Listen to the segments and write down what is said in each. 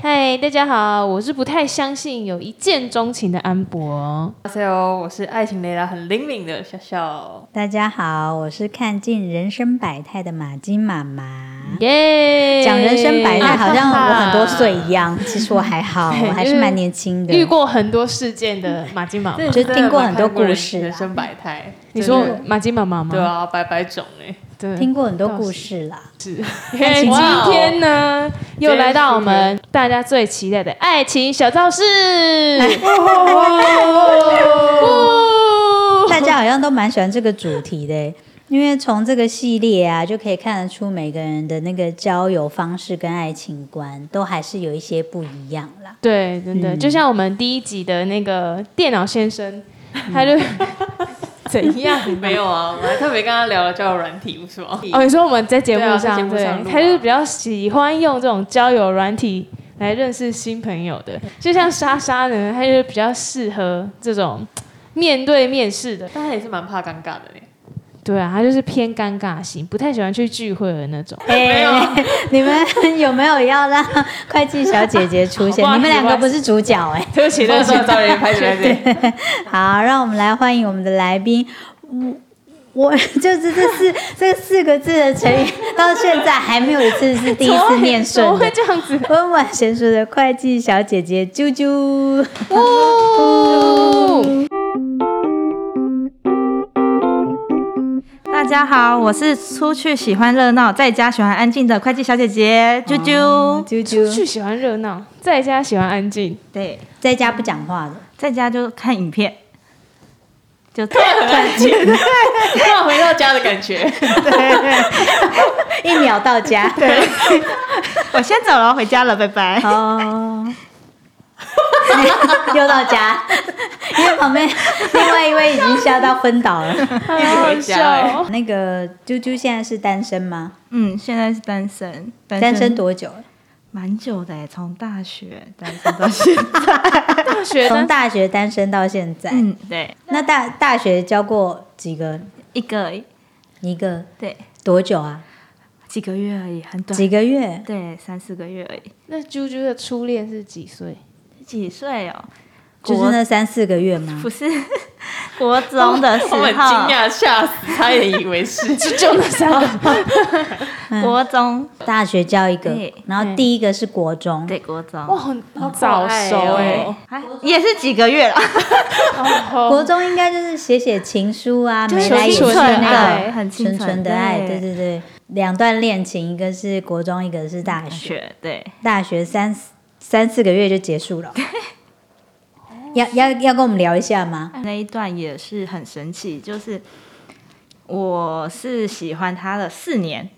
嗨，大家好，我是不太相信有一见钟情的安博。大家好，我是爱情雷达很灵敏的笑笑。大家好，我是看尽人生百态的马金妈妈。耶、嗯讲人生百态，好像我很多岁一样。样，其实我还好，啊对我还是蛮年轻的。 遇过很多事件的马金 妈妈，就听过很多故事啊人生百态。你说真的马金妈妈吗？对啊，百百种哎，对，听过很多故事啦。嘿今天呢，又来到我今们大家最期待的爱情小教 室。大家好像都蛮喜欢这个主题的，因为从这个系列啊，就可以看得出每个人的那个交友方式跟爱情观都还是有一些不一样 啦。对，真嗯的，就像我们第一集的那个电脑先生，他就嗯 怎样？ 没有啊，我还特别跟他聊了交友软体，不是吗？哦，你说我们在节目对啊在节上，目对上录啊他就是比较喜欢用这种交友软体来认识新朋友的。就像莎莎呢，她就是比较适合这种面对面式的。但他也是蛮怕尴尬的嘞。对啊，她就是偏尴尬型，不太喜欢去聚会的那种。没有啊， 你们有没有要让会计小姐姐 出现？好吧你们两个不是主角哎、对不起，对那不时起候，找人拍起来的，好，让我们来欢迎我们的来宾。我 我就是这四这四个字的成语，到现在还没有一次是第一次念怎顺么会的。这样 子？温婉娴熟的会计小姐姐啾啾，哦，大家好，我是出去喜欢热闹，在家喜欢安静的会计小姐姐啾啾。啾出啾去喜欢热闹，在家喜欢安静。对，在家不讲话的，在家就看影片，就突然回到家的感觉。一秒到 家。对，我先走了，回家了，拜拜。哦， 又到家，因为旁边另外一位已经吓到昏倒了。好直好回家笑哦。那个啾啾现在是单身吗？嗯，现在是单身，单单身多久了？蛮久的耶，从大学单身到现在。大哦学从呢？大学单身到现在，嗯，对，那大大学交过几个？一个而已一个对多久啊？几个月而已，很短。几个月？对，三四个月而已。 那啾啾的初恋是几岁？几岁哦？就是国那三四个月吗不？是 国中的时 哦我候，很惊讶，吓死，差一点以为是就就那三 个。国中大学交一个对，然后第一个是国中，对国中，哇，很早熟哎、哦哎也是几个月了。国中应该就是写写情书啊，就是眉来眼去纯纯的那爱种很清纯纯纯的爱，对对对对。两段恋情，一个是国中，一个是大学，学对，大学三三四个月就结束了。要要要跟我们聊一下吗？那一段也是很神奇，就是我是喜欢他了四年，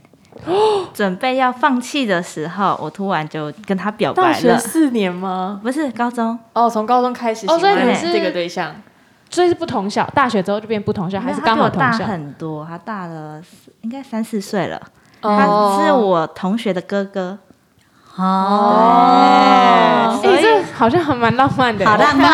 准备要放弃的时候，我突然就跟他表大白学了，四年吗？不是高中，哦，从高中开始喜哦所以欢你是这个对象，所以是不同校，大学之后就变不同校，还是因为他刚比好我同大校？很多，他大了四应该三四岁了，哦他是我同学的哥哥，哦，哎、这好像还蛮浪漫的、好浪漫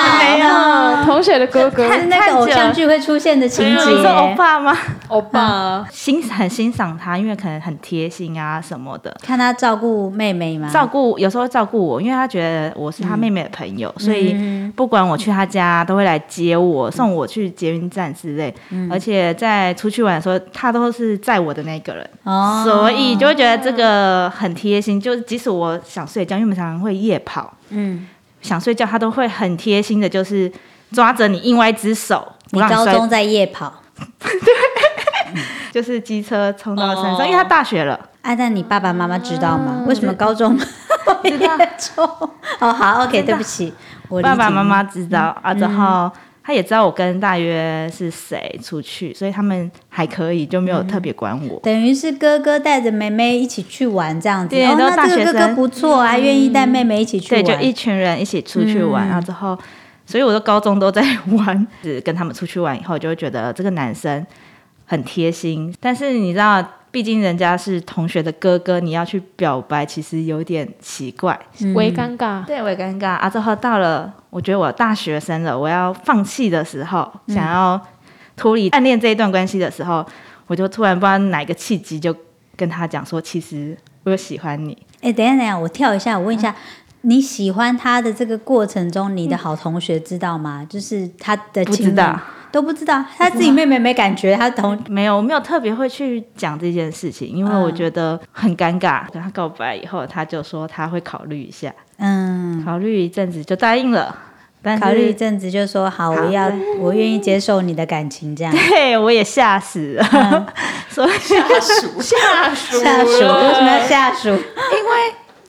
哦！嗯， 同学的哥哥，看那个偶像剧会出现的情你是欧节，巴吗？ 欧巴，欣很欣赏他，因为可能很贴心啊什么的，看他照顾妹妹吗？照顾有时候会照顾我，因为他觉得我是他妹妹的朋友，嗯所以不管我去他家都会来接我，送我去捷运站之类。嗯而且在出去玩的时候，他都是载我的那个人，哦，所以就会觉得这个很贴心。就是即使我想睡觉，因为我们常常会夜跑，嗯，想睡觉他都会很贴心的，就是抓着你另外一只手，不你让高摔，中在夜跑，就是机车冲到山上，哦因为他大学了，啊，但你爸爸妈妈知道吗？为什么高中嗯知道夜冲？哦，好，OK，对不起，我理解嗯爸爸妈妈知道、啊，然后他也知道我跟大约是谁出去，所以他们还可以，就没嗯有特别管我。等于是哥哥带着妹妹一起去玩这样子。对哦，都那大这学个生嗯哥哥不错啊，愿意带妹妹一起去对，玩。就一群人一起出去玩，然后之后，所以我的高中都在玩，只跟他们出去玩以后，就会觉得这个男生很贴心。但是你知道，毕竟人家是同学的哥哥，你要去表白，其实有点奇怪。嗯为尴尬，对，我也尴尬啊！之后到了，我觉得我大学生了，我要放弃的时候，想要脱离呃暗恋这一段关系的时候，我就突然不知道哪个契机，就跟他讲说，其实我有喜欢你。哎、等一下，等一下，我跳一下，我问一下，你喜欢他的这个过程中，你的好同学知道吗？就是他的不亲知道人都不知道，他自己妹妹没感觉，他同没有，我没有特别会去讲这件事情，因为嗯我觉得很尴尬。跟他告白以后，他就说他会考虑一下，嗯。考虑一阵子就答应了。但是考虑一阵子就说好，我要我愿意接受你的感情这样。对我也吓死了，嗯 所以下属下属为什么要下属？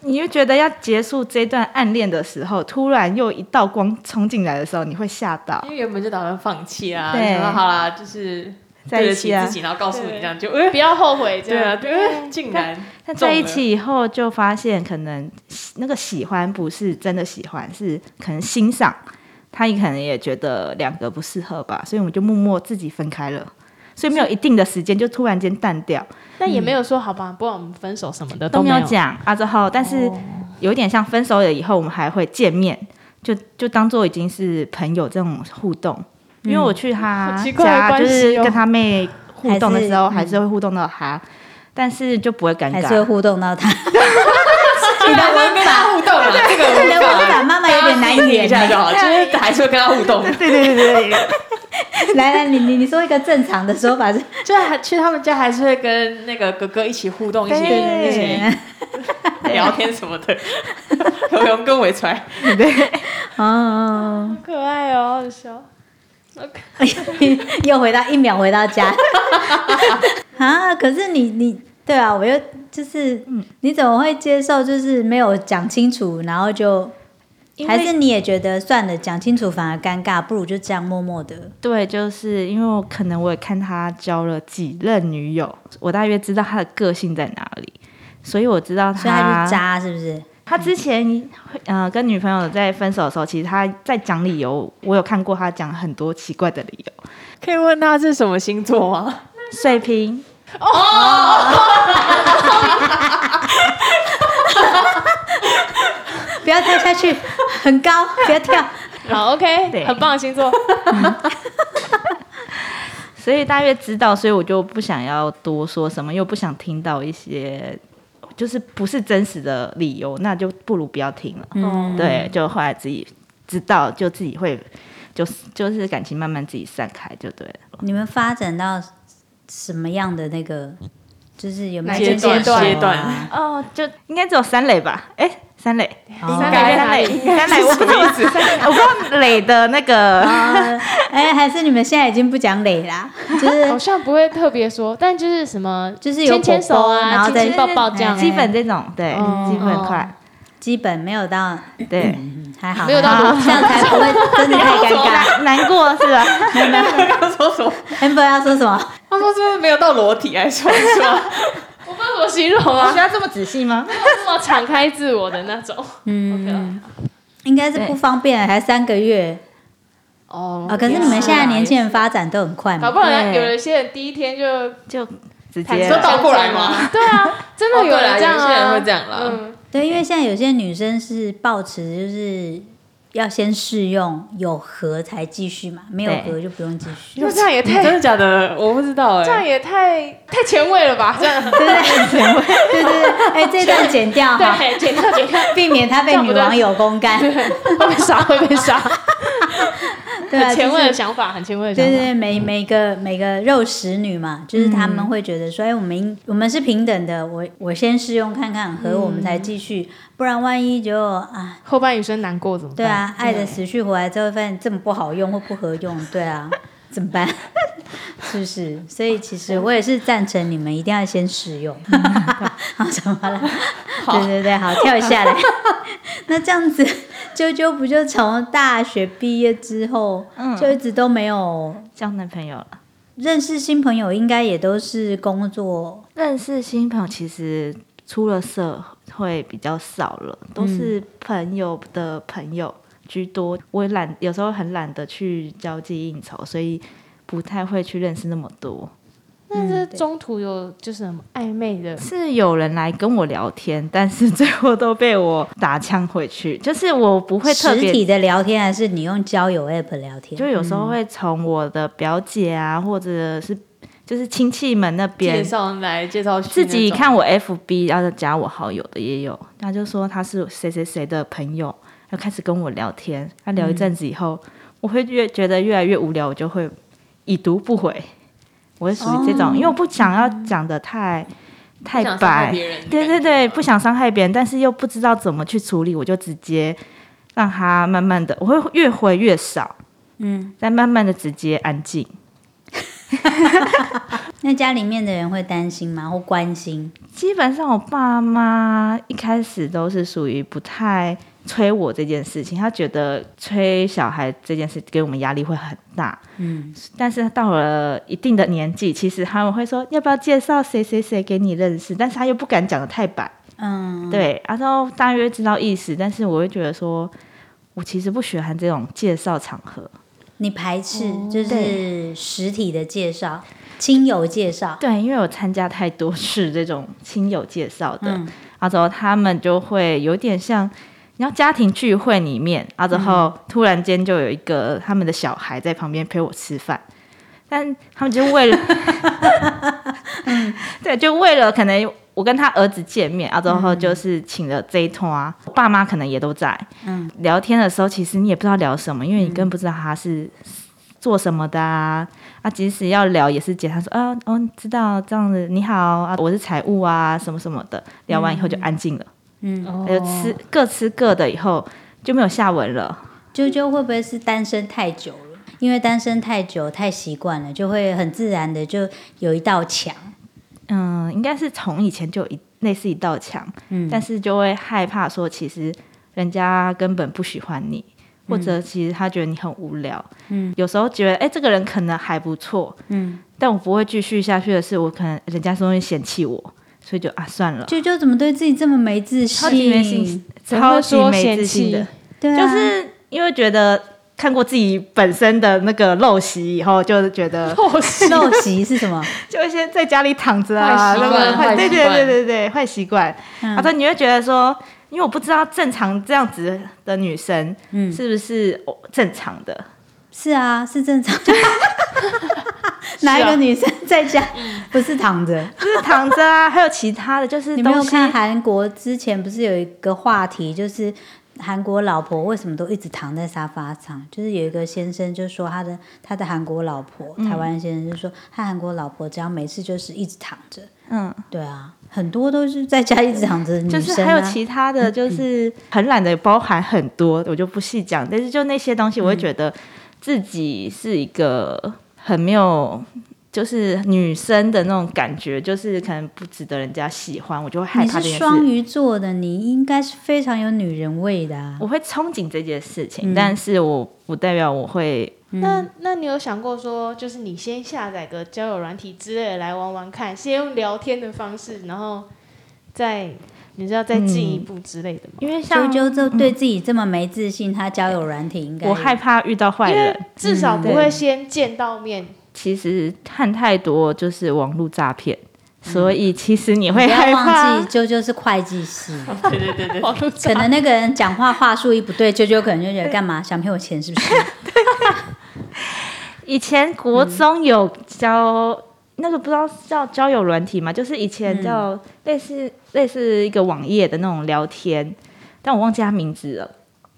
你就觉得要结束这段暗恋的时候，突然又一道光冲进来的时候，你会吓到因。为原本就打算放弃啊，对想说好啦，就是在对一得起起啊自己，然后告诉你这样就，哎不要后悔这对啊，样。对，哎竟然但在一起以后就发现，可能喜那个喜欢不是真的喜欢，是可能欣赏。他也可能也觉得两个不适合吧，所以我们就默默自己分开了。所以没有一定的时间，就突然间淡掉，但也没有说好吧，不然我们分手什么的都没没有有。讲啊。之后，但是有点像分手了以后，我们还会见面，就就当做已经是朋友这种互动。因为我去他好奇怪的家，就关系哦是跟他妹互动的时候，还是嗯还是会互动到他，但是就不会尴还是会尬。互 动到他？你的文跟他互动啊，这个你的文法妈妈有点难以 理一理下就解。好，就是还是会跟他互动。对对对 对，来来，你你你说一个正常的说法是， 就还去他们家还是会跟那个哥哥一起互动，一起对一起聊天什么的， 有用跟尾 传。嗯哦，可爱哦，好笑。OK， 又回到一秒回到家 啊！可是你你对啊，我又就是，你怎么会接受就是没有讲清楚，然后就因为还是你也觉得算了，讲清楚反而尴尬，不如就这样默默的。对，就是因为我可能我也看他交了几任女友，我大约知道他的个性在哪里，所以我知啊道所以他是渣是不是？他之前呃跟女朋友在分手的时候，其实他在讲理由，我有看过他讲很多奇怪的理由，可以问他是什么星座吗？水瓶。不要跳下去，很高，不 要跳。好对 OK，很棒的 星座。所以大约知道，所以我就不想要多说什么，又不想听到一些就是不是真实的理由，那就不如不要听了。哦嗯，对，就后来自己知道，就自己会就是就是感情慢慢自己散开就对了。你们发展到什么样的那个？就是有没哪有一个阶段分手啊阶段哦，就应该只有三垒吧？哎、三垒，哦应该三垒，三垒，我不知道，我不知道垒的那个。哦哎、还是你们现在已经不讲理啦，就是好像不会特别说，但就是什么，就是有牵牵手果果然啊，后亲再亲抱抱这样哎，基本这种，对，哦基本快，基本没有到，对，嗯还好，没有到还好多这样才 不会真的太尴尬。 难难过是吧？刚刚说什么？ amber 要说 什么？他说是不是没有到裸体还是什么？我不知道怎么形容啊 需，要这么仔细吗？这么敞开自我的那 种。嗯，应该是不方便，还三个月哦啊、可是你们现在年轻人发展都很快搞嘛，不好人对有一些人第一天就就直坦接诚说倒过来吗相见啊？对啊，真的有人这样哦对啦有些啊，人会这样啦嗯，对，因为现在有些女生是抱持就是要先试用，有合才继续嘛，没有对合就不用继 续。那这样也太真的假的？我不知道这样哎。也太太前卫了吧？这样对对对对对，哎，这段剪掉啊 哈，哎对，剪掉剪掉，避免他被女网友公干，会被杀会被杀，对啊，很前卫就的是想法，很前卫的对想对法。对，每每个每个肉食女嘛，就是他们会觉得说，哎，我们应我们是平等的，我我先试用看看，和我们才继续，不然万一就啊，后半余生难过怎么办？对，啊，爱的死去活来之后，发现这么不好用或不合用，对 啊，怎么办？是不是？所以其实我也是赞成你们一定要先试用。 好，怎么了？对对对，好，跳下来。 那这样子，啾啾不就从大学毕业之后，就一直都没有交男朋友了。认识新朋友，应该也都是工作。认识新朋友其实出了社会比较少了，嗯都是朋友的朋友居多。我也懒，有时候很懒得去交际应酬，所以不太会去认识那么多。嗯但是对中途有就是什么暧昧的，是有人来跟我聊天，但是 最后都被我打枪回去。就是我不会特实别体的嗯聊天，还是你用交友 app 聊天？就有时候会从我的表姐啊，或者是就是亲戚们那介边绍来介绍去自己那种，看我 FB，然后加我好友的也有，他就说他是谁谁谁的朋友，然后开始跟我聊天。他聊一阵子以后，我会越觉得越来越无聊，我就会已读不回。我是属于这种，因为我不想要讲的太太哦不想伤害白，别人的对感对觉啊对，嘛不想伤害别人，但是又不知道怎么去处理，我就直接让他慢慢的，我会越回越少，嗯，再慢慢的直接安静。那家里面的人会担心吗？或关心？基本上我爸妈一开始都是属于不太催我这件事情，他觉得催小孩这件事给我们压力会很大，嗯，但是到了一定的年纪，其实他们会说要不要介绍谁谁谁给你认识，但是他又不敢讲的太白。嗯，对，然后大约知道意思，但是我会觉得说，我其实不喜欢这种介绍场合。你排斥就是哦对实体的介绍、亲友介绍，对，因为我参加太多次这种亲友介绍嗯的，然后之后他们就会有点像。你要家庭聚会里面，然后之后突然间就有一个他们的小孩在旁边陪我吃饭，但他们就为了，对，就为了可能我跟他儿子见面，然后之后就是请了这一通啊，我爸妈可能也都在，嗯，聊天的时候，其实你也不知道聊什么，因为你根本不知道他是做什么的啊。啊，即使要聊，也是简单说啊，哦，知道这样子，你好啊，我是财务啊，什么什么的。聊完以后就安静了，嗯，哦还有吃各吃各的，以后就没有下文了。啾啾会不会是单身太久了？因为单身太久太习惯了，就会很自然的就有一道墙。嗯，应该是从以前就有一类似一道墙，嗯，但是就会害怕说，其实人家根本不喜欢你，或嗯者其实他觉得你很无聊。嗯，有时候觉得哎、这个人可能还不错，嗯，但我不会继续下去的是，我可能人家说会嫌弃我，所以就啊算了，啾啾怎么对自己这么没自信？超级没信嗯心，怎么超会级说没嫌自信弃的，对啊，就是因为觉得看过自己本身的那个陋习以后，就觉得破事陋习是什么？就先在家里躺着坏啊，习那惯个坏对习对惯对对对坏习惯。嗯他说你会觉得说，因为我不知道正常这样子的女生，嗯是不是哦正常的？是啊，是正 常。 哪一个女生在家不是躺着？啊嗯就是躺着啊，还有其他的，就是你没东有西看韩国之前不是有一个话题，就是韩国老婆为什么都一直躺在沙发上？就是有一个先生就说他的他的韩国老婆，嗯台湾先生就说他韩国老婆只要没事就是一直躺着。嗯，对啊，很多都是在家一直躺着的女生、就啊，嗯是还有其他的，就是很懒得包含很多，我就不细讲。但是就那些东西，我嗯会觉得自己是一个很没有。就是女生的那种感觉，就是可能不值得人家喜欢，我就会害你怕是这件事。双鱼座的，你应该是非常有女人味的、啊。我会憧憬这件事情，嗯但是我不代表我会那那你有想过说，就是你先下载个交友软体之类的来玩玩看，先用聊天的方式，然后再你知道再进一步之类的吗？因为啾像啾这对自己这么没自信，他交友软体应该我害怕遇到坏因为人，至少不对会先见到面，其实看太多就是网络诈骗，所以其实你会嗯不害要怕忘。记，啾啾是会计 师，对对对对，网络可诈能那个人讲话话术一不对，啾啾可能就觉得干嘛想骗我钱是不 是？以前国中有教那个不知道叫交友软体嘛，就是以前叫类似类似一个网页的那种聊天，但我忘记它名字了。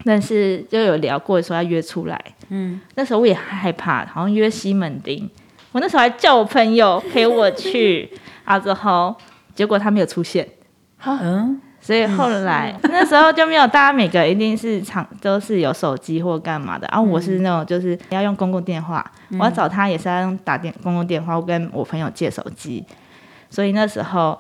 但是就有聊过说要约出来，嗯，那时候我也害怕，好像约西门町。我那时候还叫我朋友陪我去，啊之后结果他没有出现，嗯，所以后来、那时候就没有大家每个一定是常都是有手机或干嘛的，然、啊、后我是那种就是要用公共电话，我要找他也是要用打电公共电话，我跟我朋友借手机，所以那时候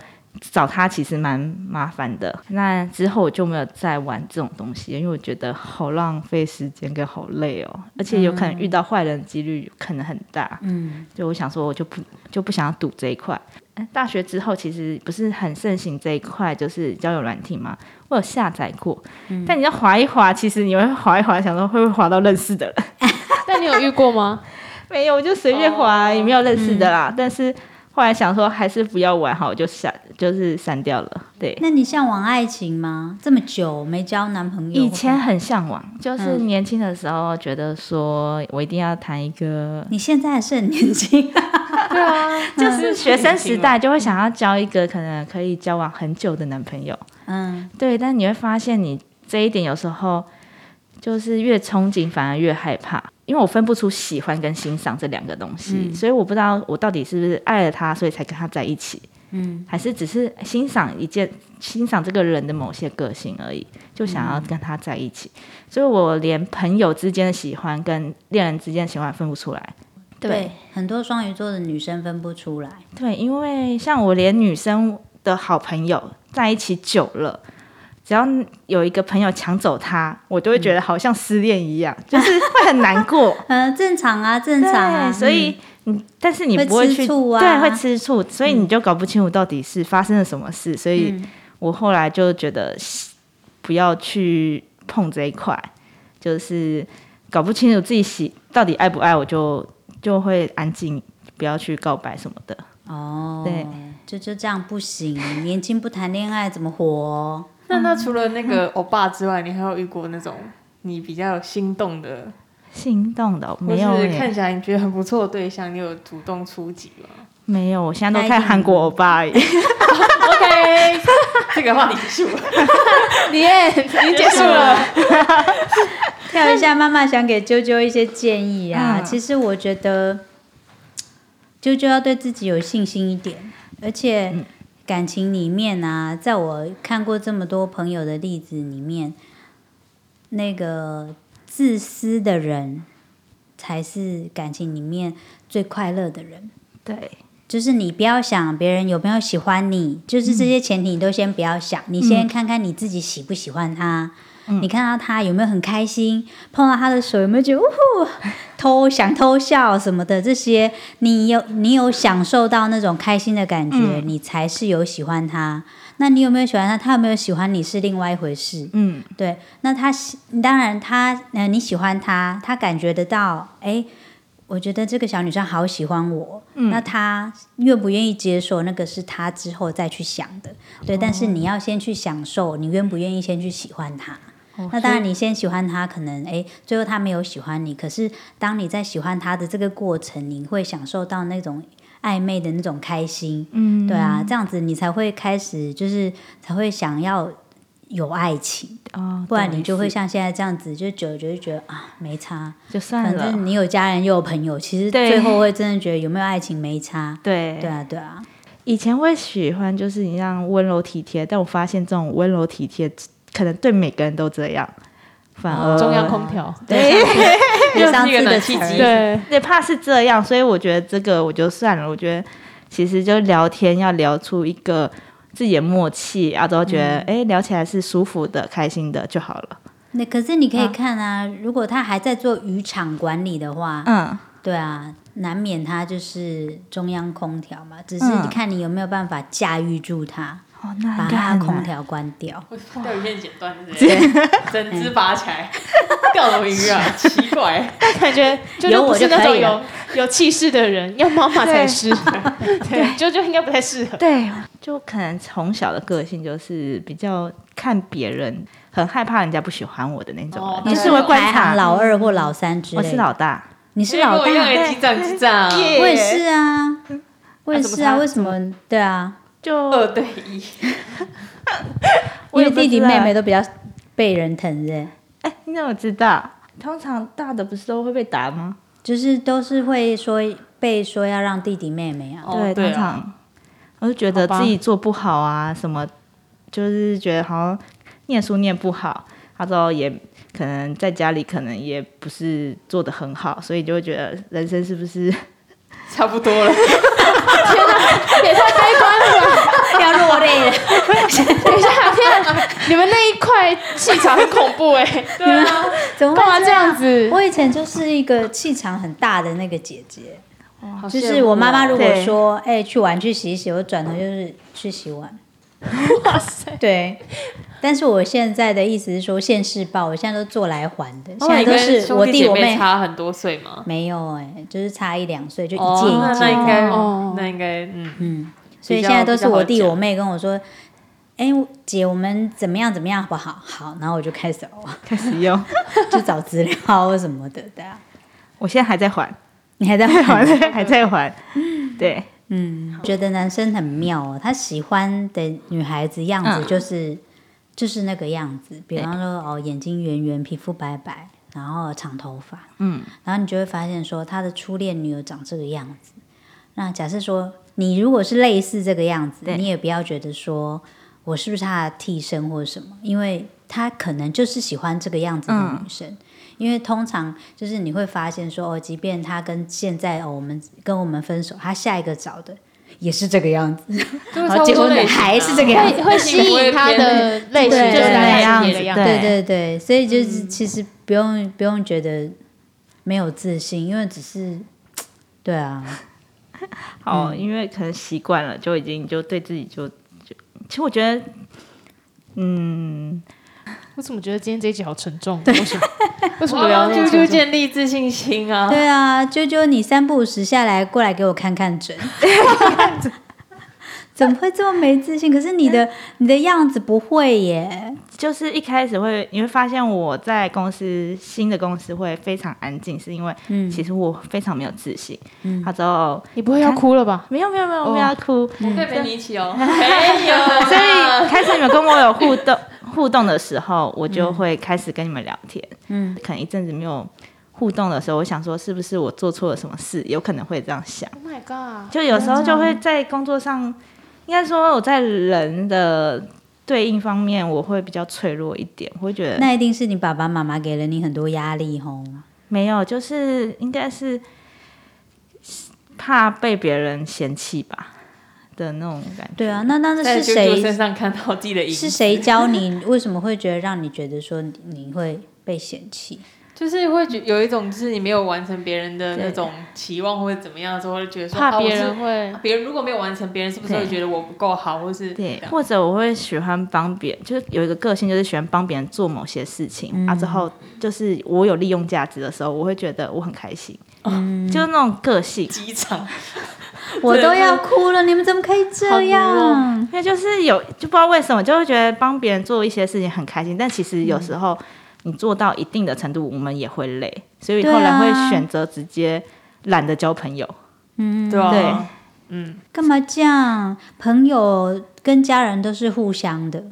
找他其实蛮麻烦的。那之后我就没有再玩这种东西，因为我觉得好浪费时间跟好累哦，而且有可能遇到坏人几率可能很大。嗯，就我想说，我就不就不想要赌这一块。哎大学之后其实不是很盛行这一块，就是交友软体嘛，我有下载过，但你要滑一滑，其实你会滑一滑，想说会不会滑到认识的人。但你有遇过吗？ 哦嗯没有，我就随便滑，也没有认识的啦。但是后来想说还是不要玩好，我就删，就是删掉了。对，那你向往爱情吗？这么久没交男朋友，以前很向往，就是年轻的时候觉得说我一定要谈一 个，你现在还是很年轻， 对啊，就是学生时代就会想要交一个可能可以交往很久的男朋友。嗯，对，但你会发现你这一点有时候就是越憧憬反而越害怕，因为我分不出喜欢跟欣赏这两个东西，所以我不知道我到底是不是爱了他，所以才跟他在一起，嗯，还是只是欣赏一件欣赏这个人的某些个性而已，就想要跟他在一起，所以我连朋友之间的喜欢跟恋人之间的喜欢分不出来。对，很多双鱼座的女生分不出来，对，因为像我连女生的好朋友在一起久了，只要有一个朋友抢走她，我都会觉得好像失恋一样，就是会很难过。嗯、正常啊， 正常啊，对，所以你但是你不会会吃去醋啊嗯对，会吃醋，所以你就搞不清楚到底是发生了什么事。所以我后来就觉得不要去碰这一块，就是搞不清楚自己喜到底爱不爱，我就就会安静，不要去告白什么的。哦，嗯对，就就这样不行，年轻不谈恋爱怎么活、那那除了那个欧巴之外，你还有遇过那种你比较心动的，心动的哦或没有是耶看起来你觉得很不错的对象，你有主动出击吗没有，我现在那都一看定韩国欧 巴而已。 ？OK，这 个话题结束了，李艳已经结束 了，跳一下，妈妈想给啾啾一些建议啊。嗯其实我觉得，啾啾要对自己有信心一点，而且感情里面啊，在我看过这么多朋友的例子里面，那个自私的人才是感情里面最快乐的人。对，就是你不要想别人有没有喜欢你，就是这些前提你都先不要想，你先看看你自己喜不喜欢他，你看到他有没有很开心，碰到他的手有没有觉得呜呼， 偷想偷笑什么的，这些你有你有享受到那种开心的感觉，你才是有喜欢他。那你有没有喜欢他？他有没有喜欢你是另外一回事。嗯，对，那他喜，当然他，呃，你喜欢他，他感觉得到，哎，我觉得这个小女生好喜欢我，嗯那他愿不愿意接受，那个是他之后再去想的，对。但是你要先去享受，你愿不愿意先去喜欢他？那当然，你先喜欢他，可能哎，最后他没有喜欢你，可是当你在喜欢他的这个过程，你会享受到那种暧昧的那种开心，嗯，对啊，这样子你才会开始，就是才会想要有爱情。哦，不然懂你就意会思像现在这样子，就久了就会觉得啊没差，就算反了。正你有家人又有朋友，其实啊对最后会真的觉得有没有爱情没差。对对啊，对啊，以前会喜欢就是你让温柔体贴，但我发现这种温柔体贴可能对每个人都这样，反哦而中央空调，对， 又上是一个次的冷气词机儿呃对，对怕是这样，所以我觉得这个我就算了。我觉得其实就聊天要聊出一个自己的默契，然后都觉得哎、嗯诶聊起来是舒服的、开心的就好了。那可是你可以看啊，如果他还在做渔场管理的话，嗯，对啊，难免他就是中央空调嘛，只是嗯你看你有没有办法驾驭住他，哦，那把应该他很的空难。调关掉。 钓鱼线剪断是不是， 整只拔起来，钓什么 鱼啊？奇怪，感觉就有就不我是就那可种以有了有气势的人，要妈妈才是，对，就就应该不太适 合。对，就可能从小的个性就是比较看别人，很害怕人家不喜欢我的那种哦人，就是会观排行察。老二或老三之我类是的。老大，你是老因为我大，一样击掌击掌，哦耶我也是啊，我也啊怎么是啊，他为什么？对啊，就二对一， 我因为也不弟弟知道妹妹都比较被人疼的，哎、你怎么知道？通常大的不是都会被打吗？就是都是会说被说要让弟弟妹妹啊。哦对通啊常我就觉得好吧自己做不好啊，什么就是觉得好像念书念不好，然后也可能在家里可能也不是做的很好，所以就会觉得人生是不是差不多了。也太悲观 了吧！ 要落泪了， 等一下，天啊，你们那一块气场很恐怖哎、对啊，怎么 会干嘛这样？子？我以前就是一个气场很大的那个姐姐，好就羡是慕我妈妈哦如果对说哎、去玩去洗一洗，我转头就是去洗碗，哇塞！对。但是我现在的意思是说，现世报我现在都做来还的，现那在你都跟是兄我弟弟姐我妹妹差很多岁吗？没有哎、就是差一两岁就一哦届一那那届，应该，哦那应该，嗯，嗯，所以比较现在都是我比弟较好我妹跟我说，哎、姐我们怎么样怎么样好不好？好，然后我就开始哦 开始用。就找资料或什么的，对啊， 我现在还在还，你还在 还玩？在还在还，对，嗯，觉得男生很妙哦，他喜欢的女孩子样子嗯就是、就是那个样子，比方说哦，眼睛圆圆，皮肤白白，然后长头发，嗯，然后你就会发现说他的初恋女友长这个样子。那假设说你如果是类似这个样子，对你也不要觉得说我是不是他的替身或者什么，因为他可能就是喜欢这个样子嗯的女生。因为通常就是你会发现说哦，即便他跟现在哦我们跟我们分手，他下一个找的也是这个样子，就是然后结婚的还啊是这个样子。会会吸 引他的类型，对就是大概对是你的样对子。对对对，所以就是其实不用、不用觉得没有自信，因为只是对啊，好，因为可能习惯了，就已经就对自己就就，其实我觉得，嗯，我怎么觉得今天这一集好沉重？为 什么？为什么聊要得哦就这就么重？建立自信心啊！对啊，啾啾，你三不五时下来过来给我看看准，怎么会这么没自信？可是你的你的样子不会耶，就是一开始会你会发现我在公司新的公司会非常安静，是因为嗯其实我非常没有自信，嗯他之后你不会要哭了吧？没有没有没有，哦我没有要哭，我可以陪你一 起哦，没有啊， 所以开始你们跟我有互动 互动的时候，我就会开始跟你们聊天。嗯，可能一阵子没有互动的时候，我想说是不是我做错了什么事，有可能会这样想。 Oh my god！就有时候就会在工作上，应该说我在人的对应方面，我会比较脆弱一点，我会觉得那一定是你爸爸妈妈给了你很多压力吼。没有，就是应该是怕被别人嫌弃吧的那种感觉。对啊，那那在那是啾谁啾身上看到自己的影是子，谁教你？为什么会觉得让你觉得说你你会被嫌弃？就是会觉有一种就是你没有完成别人的那种期望或者怎么样的时候，会觉得说怕别。啊人我会是别人如果没有完成，别人是不是会对觉得我不够好，或是对，或者我会喜欢帮别人，就是有一个个性，就是喜欢帮别人做某些事情、啊。之后就是我有利用价值的时候，我会觉得我很开心，就是那种个性。机场？我都要哭了，你们怎么可以这样？因为就是有就不知道为什么，就会觉得帮别人做一些事情很开心，但其实嗯有时候你做到一定的程度，我们也会累，所以对啊后来会选择直接懒得交朋友。对啊，嗯，干嘛这样？朋友跟家人都是互相的，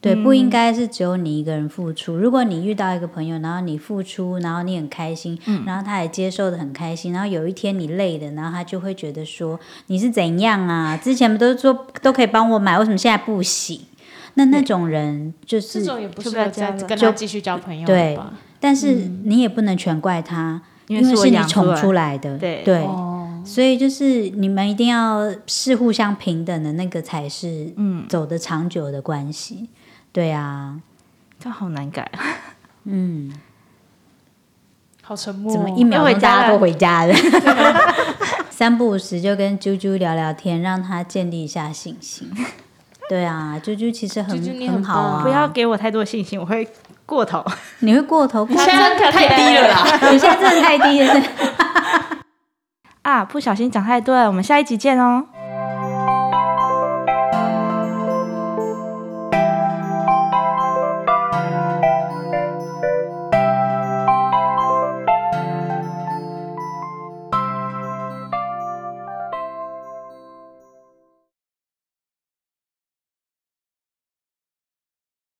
对，嗯不应该是只有你一个人付出。如果你遇到一个朋友，然后你付出，然后你很开心，嗯然后他也接受的很开心，然后有一天你累了，然后他就会觉得说你是怎样啊？之前不都说都可以帮我买，为什么现在不行？那那种人就是这种也不就是不要再加了跟他就继续交朋友了对吧？但是嗯你也不能全怪他，因因为是我是你养宠出来来的，对哦，所以就是你们一定要是互相平等的那个才是，嗯走的长久的关系。对啊，这好难改。嗯，好沉默哦。怎么一秒要回钟家大家都了回家了？ 三不五时就跟啾啾聊聊天，让他建立一下信心。对啊，啾啾其实很啾啾你很很好啊，棒 不要给我太多信心，我会过头。 你会过头，现在太低了啦，我现在真的太低了。啊，不小心讲太多了，我们下一集见哦。